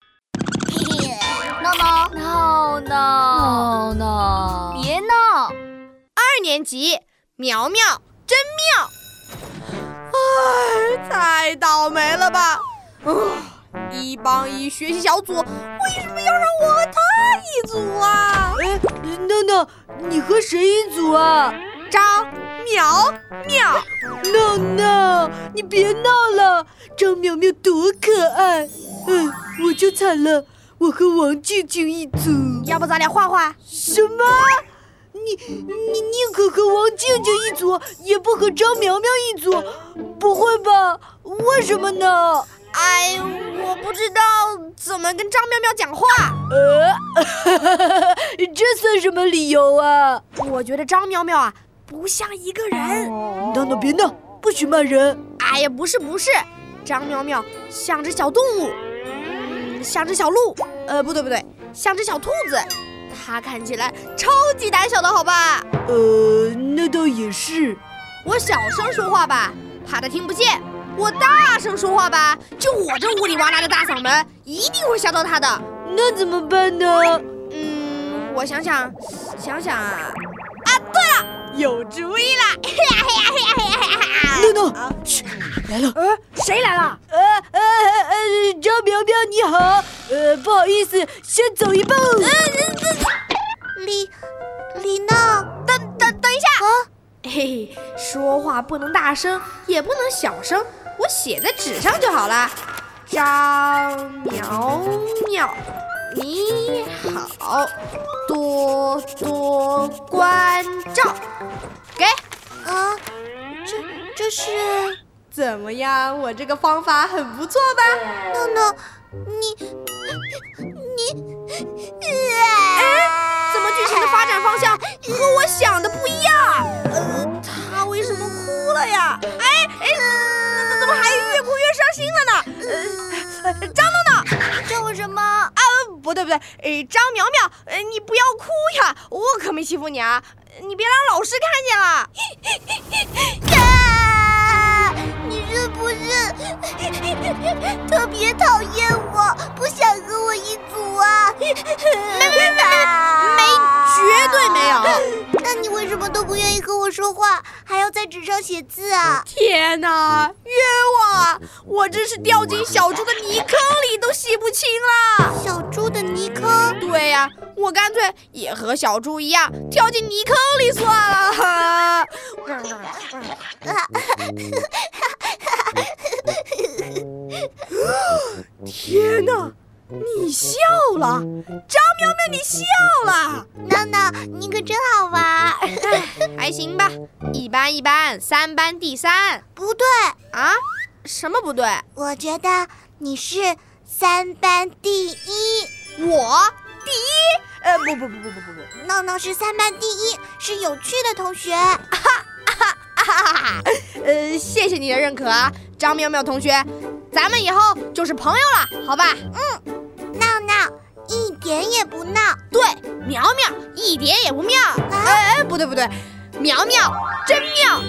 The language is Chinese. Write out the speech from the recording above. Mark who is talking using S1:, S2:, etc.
S1: 哦
S2: 年级，苗苗真妙。唉，太倒霉了吧！啊，一帮一学习小组为什么要让我和他一组啊？
S1: 哎，闹闹，你和谁一组啊？
S2: 张苗苗，
S1: 闹闹，你别闹了，张苗苗多可爱。嗯，我就惨了，我和王静静一组。
S2: 要不咱俩换换？
S1: 什么？你你宁可和王静静一组，也不和张苗苗一组？不会吧？为什么呢？
S2: 哎，我不知道怎么跟张妙妙讲话。
S1: 呃，这算什么理由啊？
S2: 我觉得张妙妙啊，不像一个人。
S1: 闹闹别闹，不许骂人。
S2: 哎呀，不是不是，张妙妙像只小动物，嗯像只小鹿，呃，不对不对，像只小兔子。它看起来超级胆小的，好吧？
S1: 呃，那倒也是。
S2: 我小声说话吧，怕它听不见；我大声说话吧，就我这呜里哇啦的大嗓门，一定会吓到它的。
S1: 那怎么办呢？
S2: 嗯，我想想，想想啊，啊，对了， 有主意啦！嘿呀嘿呀嘿呀嘿呀嘿呀！
S1: 闹闹，嘘，来了。
S2: 呃，谁来了？
S1: 呃呃呃呃，张苗苗你好，呃，不好意思，先走一步。
S2: 李李娜，等等等一下啊！嘿嘿，说话不能大声，也不能小声，我写在纸上就好了。张苗苗，你好，多多关照。给啊，这这是怎么样？我这个方法很不错吧？诺诺，你哎，怎么剧情的发展方向和我想的不一样？呃，他为什么哭了呀？哎哎，怎么还越哭越伤心了呢？呃，张闹闹，叫什么？啊，不对不对，哎，张苗苗，呃，你不要哭呀，我可没欺负你啊，你别让老师看见了。
S3: 啊！你是 不是特别讨厌我，不想和我一组啊？没没没，
S2: 没，绝对没有。
S3: 那你为什么都不愿意和我说话，还要在纸上写字啊？
S2: 天哪，冤枉啊！我真是掉进小猪的泥坑里都洗不清了。
S3: 小猪的泥坑，
S2: 对呀、我干脆也和小猪一样跳进泥坑里算 了。天哪，你笑了，张苗苗，你笑了，
S3: 闹闹，你可真好玩儿。
S2: 还行吧？一班一班，三班第三
S3: 不对，
S2: 啊？什么不对？
S3: 我觉得你是三班第一，
S2: 我第一？呃，不不不不不不不，
S3: 闹闹是三班第一，是有趣的同学。
S2: 啊哈哈！呃，谢谢你的认可啊，张妙妙同学，咱们以后就是朋友了，好吧？
S3: 闹闹一点也不闹，
S2: 对，苗苗一点也不妙。哎哎，不对不对，苗苗真妙。